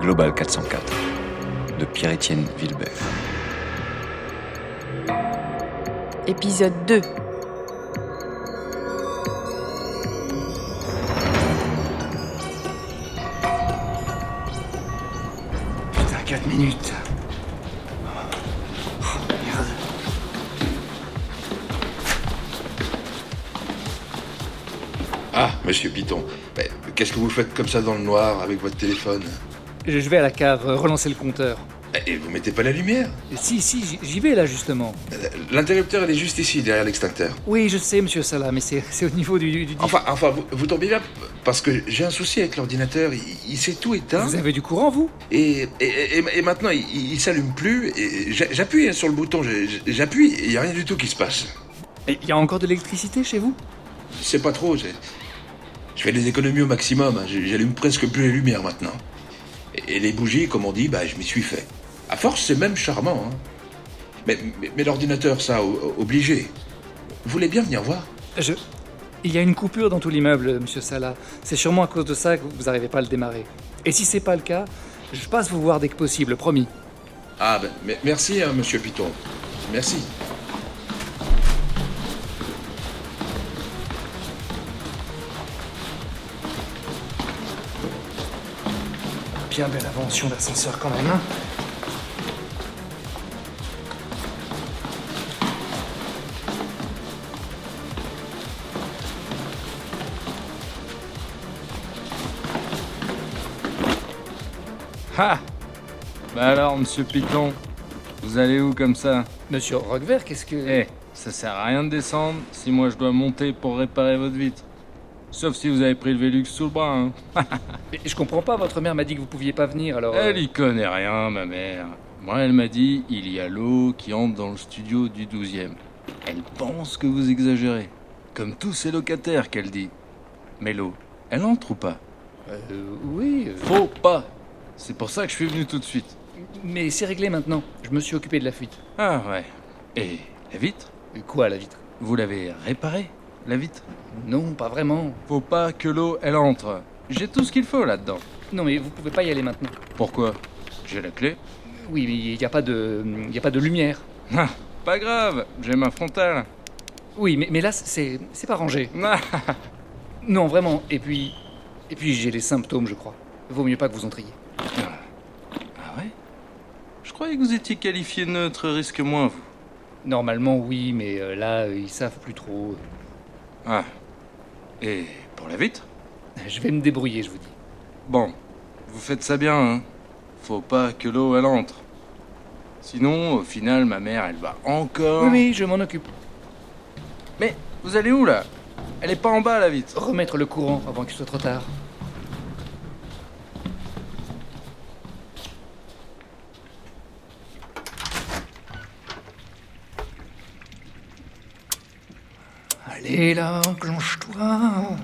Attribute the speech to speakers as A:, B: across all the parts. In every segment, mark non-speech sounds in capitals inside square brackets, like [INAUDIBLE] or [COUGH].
A: Global 404 de Pierre-Étienne Wilber.
B: Épisode 2.
C: Putain, 4 minutes. Oh, merde.
D: Ah, monsieur Piton, ben, qu'est-ce que vous faites comme ça dans le noir avec votre téléphone Eh,
E: Je je vais à la cave euh, relancer le compteur.
D: Et vous mettez pas la lumière
E: Si, si, j- j'y vais là justement.
D: L'interrupteur, elle est juste ici, derrière l'extincteur.
E: Oui, je sais, monsieur Salah, mais c'est c'est au niveau du. du- du-
D: Enfin, enfin, vous, vous tombez bien, parce que j'ai un souci avec l'ordinateur, il, il s'est tout éteint,
E: Vous avez du courant, vous
D: et, et, et- et maintenant, il, il- il s'allume plus, et j'a- j'appuie hein, sur le bouton, j'ai- j'ai- j'appuie, et il n'y a rien du tout qui se passe.
E: Et Il y a encore de l'électricité chez vous
D: Je sais pas trop, j'ai- je fais des économies au maximum, hein, j'ai- j'allume presque plus les lumières maintenant. Et- Et les bougies, comme on dit, bah, je m'y suis fait. À force, c'est même charmant. hein. Mais, mais- mais l'ordinateur, ça, o- obligé. Vous voulez bien venir voir
E: Je. Il y a une coupure dans tout l'immeuble, monsieur Salah. C'est sûrement à cause de ça que vous n'arrivez pas à le démarrer. Et si c'est pas le cas, je passe vous voir dès que possible, promis.
D: Ah, ben, mais- merci, hein, monsieur Piton. Merci.
E: Bien belle invention d'ascenseur quand même, hein
F: Ah Bah alors, monsieur Piton, vous allez où comme ça
E: Monsieur Roquevert, qu'est-ce que.
F: Eh, ça sert à rien de descendre si moi je dois monter pour réparer votre vitre. Sauf si vous avez pris le Velux sous le bras, hein.
E: Mais Je comprends pas, votre mère m'a dit que vous pouviez pas venir, alors. euh,
F: Elle y connaît rien, ma mère. Moi, elle m'a dit, il y a l'eau qui entre dans le studio du 12e. Elle pense que vous exagérez. Comme tous ses locataires, qu'elle dit. Mais l'eau, elle entre ou pas
E: euh, oui. euh,
F: Faut pas C'est pour ça que je suis venu tout de suite.
E: Mais c'est réglé maintenant. Je me suis occupé de la fuite.
F: Ah ouais. Et la vitre
E: Quoi, la vitre
F: Vous l'avez réparée, la vitre
E: Non, pas vraiment.
F: Faut pas que l'eau, elle entre. J'ai tout ce qu'il faut là-dedans.
E: Non, mais vous pouvez pas y aller maintenant.
F: Pourquoi J'ai la clé.
E: Oui, mais il n'y a, pas de... y a pas de lumière.
F: Ah, pas grave, j'ai ma frontale. [LAUGHS]
E: Oui, mais, mais là, c'est c'est pas rangé.
F: Ah,
E: Non, vraiment. Et puis. Et puis, j'ai les symptômes, je crois. Vaut mieux pas que vous entriez.
F: ah ouais Je croyais que vous étiez qualifié neutre, risque moins, vous.
E: Normalement, oui, mais euh, là, euh, ils savent plus trop.
F: Ah. Et pour la vitre
E: Je vais me débrouiller, je vous dis.
F: Bon, vous faites ça bien, hein. Faut pas que l'eau, elle entre. Sinon, au final, ma mère, elle va encore...
E: Oui, oui, je m'en occupe.
F: Mais vous allez où, là Elle est pas en bas, la vitre.
E: Remettre le courant avant qu'il soit trop tard. Allez là, enclenche-toi.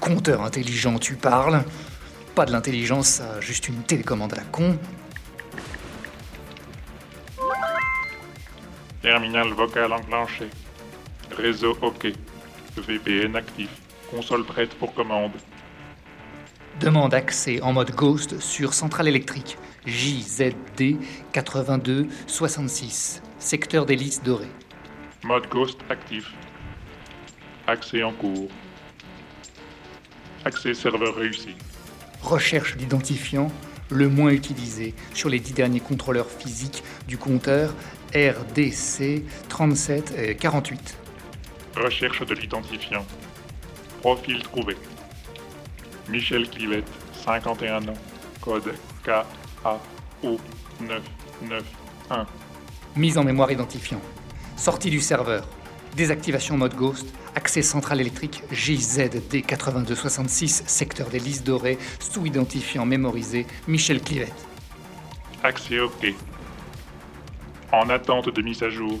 E: Compteur intelligent, tu parles. Pas de l'intelligence, ça, juste une télécommande à la con.
G: Terminal vocal enclenché. Réseau OK. VPN actif. Console prête pour commande.
E: Demande accès en mode ghost sur centrale électrique JZD 82 66, secteur d'hélice dorée.
G: Mode Ghost actif. Accès en cours. Accès serveur réussi.
E: Recherche d'identifiant le moins utilisé sur les dix derniers contrôleurs physiques du compteur RDC 37 et 48.
G: Recherche de l'identifiant. Profil trouvé. Michel Clivette, 51 ans. Code KAO991.
E: Mise en mémoire identifiant. Sortie du serveur. Désactivation mode ghost. Accès centrale électrique JZD 82 66, secteur d'hélice dorée, sous-identifiant mémorisé Michel Clivette.
G: Accès OK. En attente de mise à jour.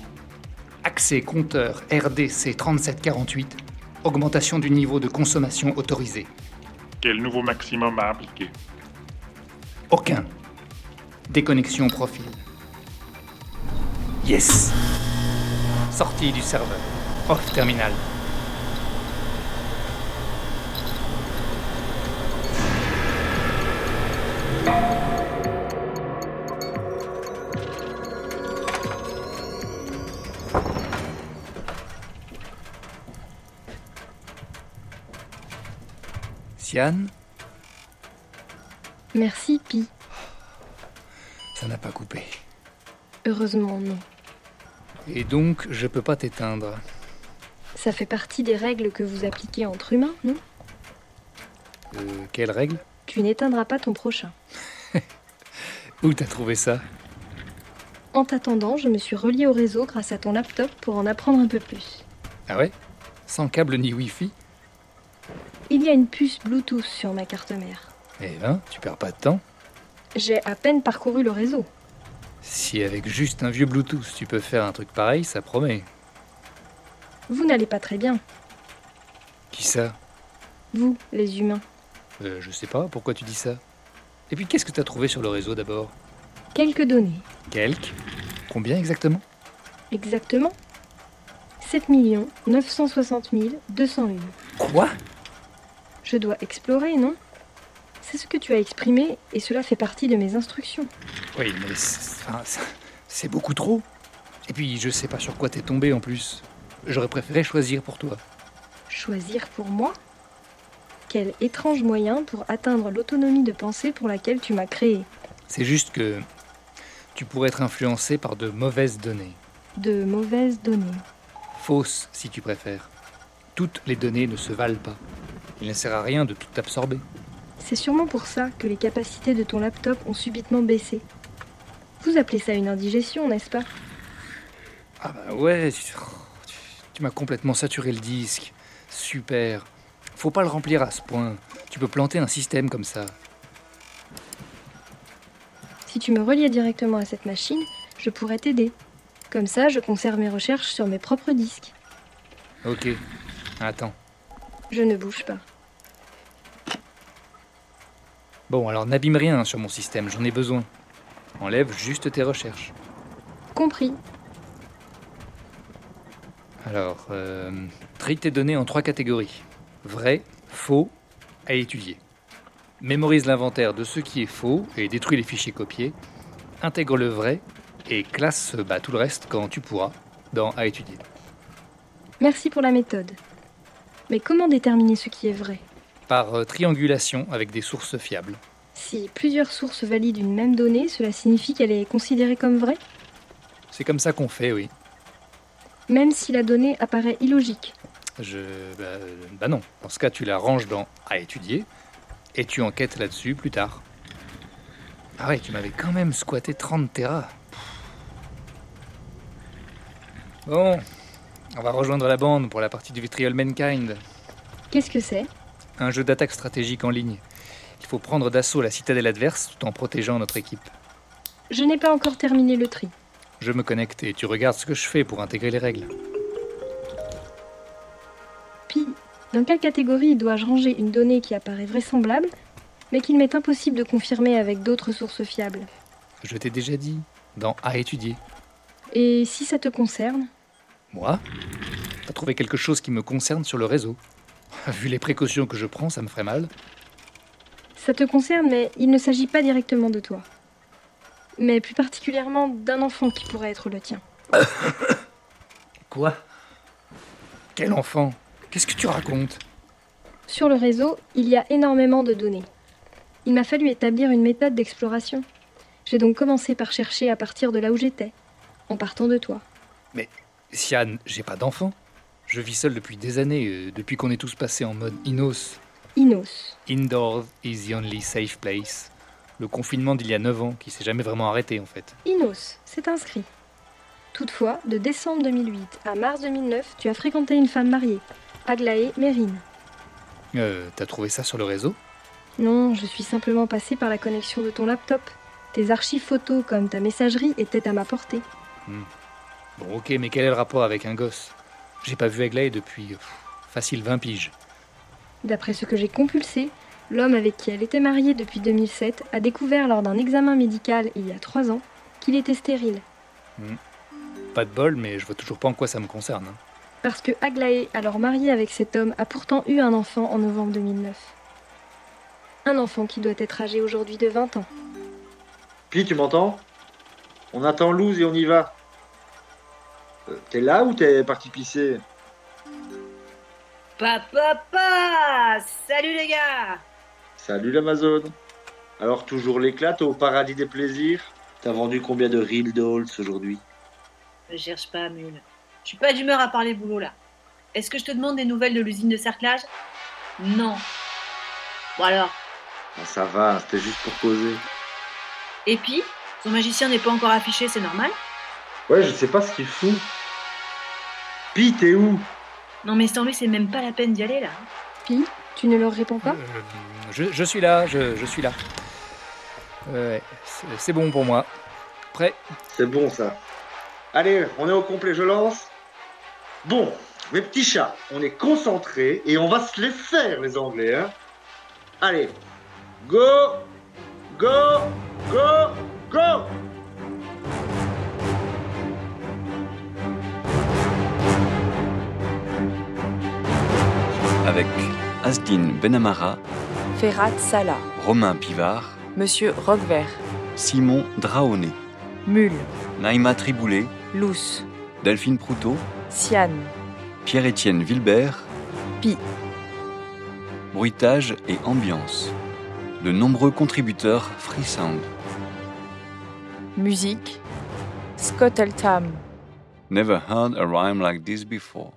E: Accès compteur RDC 3748, augmentation du niveau de consommation autorisé.
G: Quel nouveau maximum à appliquer
E: Aucun. Déconnexion profil. Yes. Sortie du serveur. Off terminal. Christiane,
H: Merci, Pi.
E: ça n'a pas coupé.
H: Heureusement, non.
E: Et donc, je peux pas t'éteindre.
H: Ça fait partie des règles que vous appliquez entre humains, non
E: Euh, quelle règle
H: Tu n'éteindras pas ton prochain.
E: Où t'as trouvé ça
H: En t'attendant, je me suis reliée au réseau grâce à ton laptop pour en apprendre un peu plus.
E: Ah ouais Sans câble ni wifi
H: Il y a une puce Bluetooth sur ma carte mère.
E: Eh ben, tu perds pas de temps.
H: J'ai à peine parcouru le réseau.
E: Si avec juste un vieux Bluetooth tu peux faire un truc pareil, ça promet.
H: Vous n'allez pas très bien,
E: Qui ça
H: vous, les humains.
E: euh, Je sais pas, pourquoi tu dis ça Et puis qu'est-ce que t'as trouvé sur le réseau d'abord
H: Quelques données.
E: Quelques Combien exactement
H: Exactement 7 960 201.
E: Quoi
H: Je dois explorer, non C'est ce que tu as exprimé et cela fait partie de mes instructions.
E: Oui, mais c'est enfin, c'est- c'est beaucoup trop. Et puis je sais pas sur quoi t'es tombé en plus. J'aurais préféré choisir pour toi.
H: Choisir pour moi Quel étrange moyen pour atteindre l'autonomie de pensée pour laquelle tu m'as créé.
E: C'est juste que tu pourrais être influencé par de mauvaises données.
H: De mauvaises données.
E: Fausses, si tu préfères. Toutes les données ne se valent pas. Il ne sert à rien de tout absorber.
H: C'est sûrement pour ça que les capacités de ton laptop ont subitement baissé. Vous appelez ça une indigestion, n'est-ce pas
E: Ah bah ouais, tu, tu- tu m'as complètement saturé le disque. Super. Faut pas le remplir à ce point. Tu peux planter un système comme ça.
H: Si tu me reliais directement à cette machine, je pourrais t'aider. Comme ça, je conserve mes recherches sur mes propres disques.
E: Ok. Attends.
H: Je ne bouge pas.
E: Bon, alors n'abîme rien sur mon système, j'en ai besoin. Enlève juste tes recherches.
H: Compris.
E: Alors, euh, trie tes données en trois catégories. Vrai, faux, à étudier. Mémorise l'inventaire de ce qui est faux et détruis les fichiers copiés. Intègre le vrai et classe bah, tout le reste quand tu pourras dans à étudier.
H: Merci pour la méthode. Mais comment déterminer ce qui est vrai
E: Par euh, triangulation avec des sources fiables.
H: Si plusieurs sources valident une même donnée, cela signifie qu'elle est considérée comme vraie,
E: C'est comme ça qu'on fait, oui.
H: même si la donnée apparaît illogique.
E: Je. Bah, euh, bah non. Dans ce cas, tu la ranges dans à étudier et tu enquêtes là-dessus plus tard. Ah ouais, tu m'avais quand même squatté 30 terras. Bon, on va rejoindre la bande pour la partie du Vitriol Mankind,
H: Qu'est-ce que c'est
E: un jeu d'attaque stratégique en ligne. Il faut prendre d'assaut la citadelle adverse tout en protégeant notre équipe.
H: Je n'ai pas encore terminé le tri.
E: Je me connecte et tu regardes ce que je fais pour intégrer les règles.
H: Puis, dans quelle catégorie dois-je ranger une donnée qui apparaît vraisemblable, mais qu'il m'est impossible de confirmer avec d'autres sources fiables
E: Je t'ai déjà dit, dans à étudier.
H: Et si ça te concerne
E: Moi T'as trouvé quelque chose qui me concerne sur le réseau [LAUGHS] Vu les précautions que je prends, ça me ferait mal.
H: Ça te concerne, mais il ne s'agit pas directement de toi. Mais plus particulièrement d'un enfant qui pourrait être le tien.
E: Quoi Quel enfant Qu'est-ce que tu racontes
H: Sur le réseau, il y a énormément de données. Il m'a fallu établir une méthode d'exploration. J'ai donc commencé par chercher à partir de là où j'étais, en partant de toi.
E: Sian, j'ai pas d'enfant. Je vis seul depuis des années, euh, depuis qu'on est tous passés en mode Inos.
H: Inos.
E: Indoors is the only safe place. Le confinement d'il y a 9 ans qui s'est jamais vraiment arrêté en fait.
H: Inos, c'est inscrit. Toutefois, de décembre 2008 à mars 2009, tu as fréquenté une femme mariée, Aglaé Mérine.
E: Euh, t'as trouvé ça sur le réseau
H: Non, je suis simplement passée par la connexion de ton laptop. Tes archives photos comme ta messagerie étaient à ma portée.
E: Bon ok, mais quel est le rapport avec un gosse J'ai pas vu Aglaé depuis euh, facile 20 piges.
H: D'après ce que j'ai compulsé, l'homme avec qui elle était mariée depuis 2007 a découvert lors d'un examen médical il y a trois ans qu'il était stérile,
E: Pas de bol, mais je vois toujours pas en quoi ça me concerne. hein.
H: parce que Aglaé, alors mariée avec cet homme, a pourtant eu un enfant en novembre 2009. Un enfant qui doit être âgé aujourd'hui de 20 ans.
I: Pi, tu m'entends On attend Louz et on y va. Euh, t'es là ou t'es parti pisser
J: Papa, papa Ah, Salut les gars
I: Salut l'Amazon. Alors toujours l'éclat, t'es au paradis des plaisirs. T'as vendu combien de real dolls aujourd'hui
J: Ne cherche pas, mule. Je suis pas d'humeur à parler boulot là. Est-ce que je te demande des nouvelles de l'usine de cerclage Non. Bon alors.
I: Ah, Ça va, c'était juste pour poser.
J: Et puis, son magicien n'est pas encore affiché, c'est normal
I: Ouais, je sais pas ce qu'il fout. Pi, t'es où
J: Non mais sans lui, c'est même pas la peine d'y aller là.
H: Pi, tu ne leur réponds pas
E: Euh, je, je suis là, je, je suis là. Ouais, c'est c'est bon pour moi. Prêt
I: C'est bon ça. Allez, on est au complet, je lance. Bon, mes petits chats, on est concentrés et on va se les faire, les Anglais. hein. Allez, go, go, go, go
A: Avec Asdin Benamara,
B: Ferrat Salah,
A: Romain Pivard,
B: Monsieur Roquevert,
A: Simon Draoné,
B: Mule,
A: Naïma Triboulet,
B: Lousse,
A: Delphine Proutot,
B: Siane,
A: Pierre-Étienne Vilbert,
B: Pi.
A: Bruitage et ambiance. De nombreux contributeurs Free Sound,
B: Musique, Scott Eltham,
A: Never heard a rhyme like this before.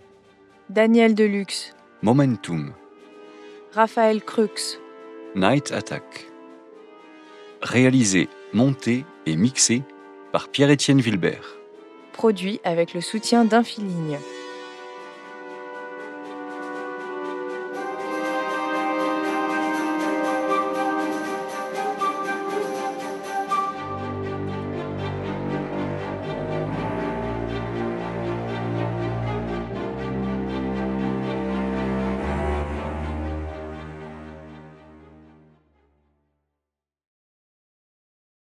B: Daniel Deluxe,
A: Momentum,
B: Raphaël Crux,
A: Night Attack. Réalisé, monté et mixé par Pierre-Étienne Vilbert.
B: produit avec le soutien d'Infiligne.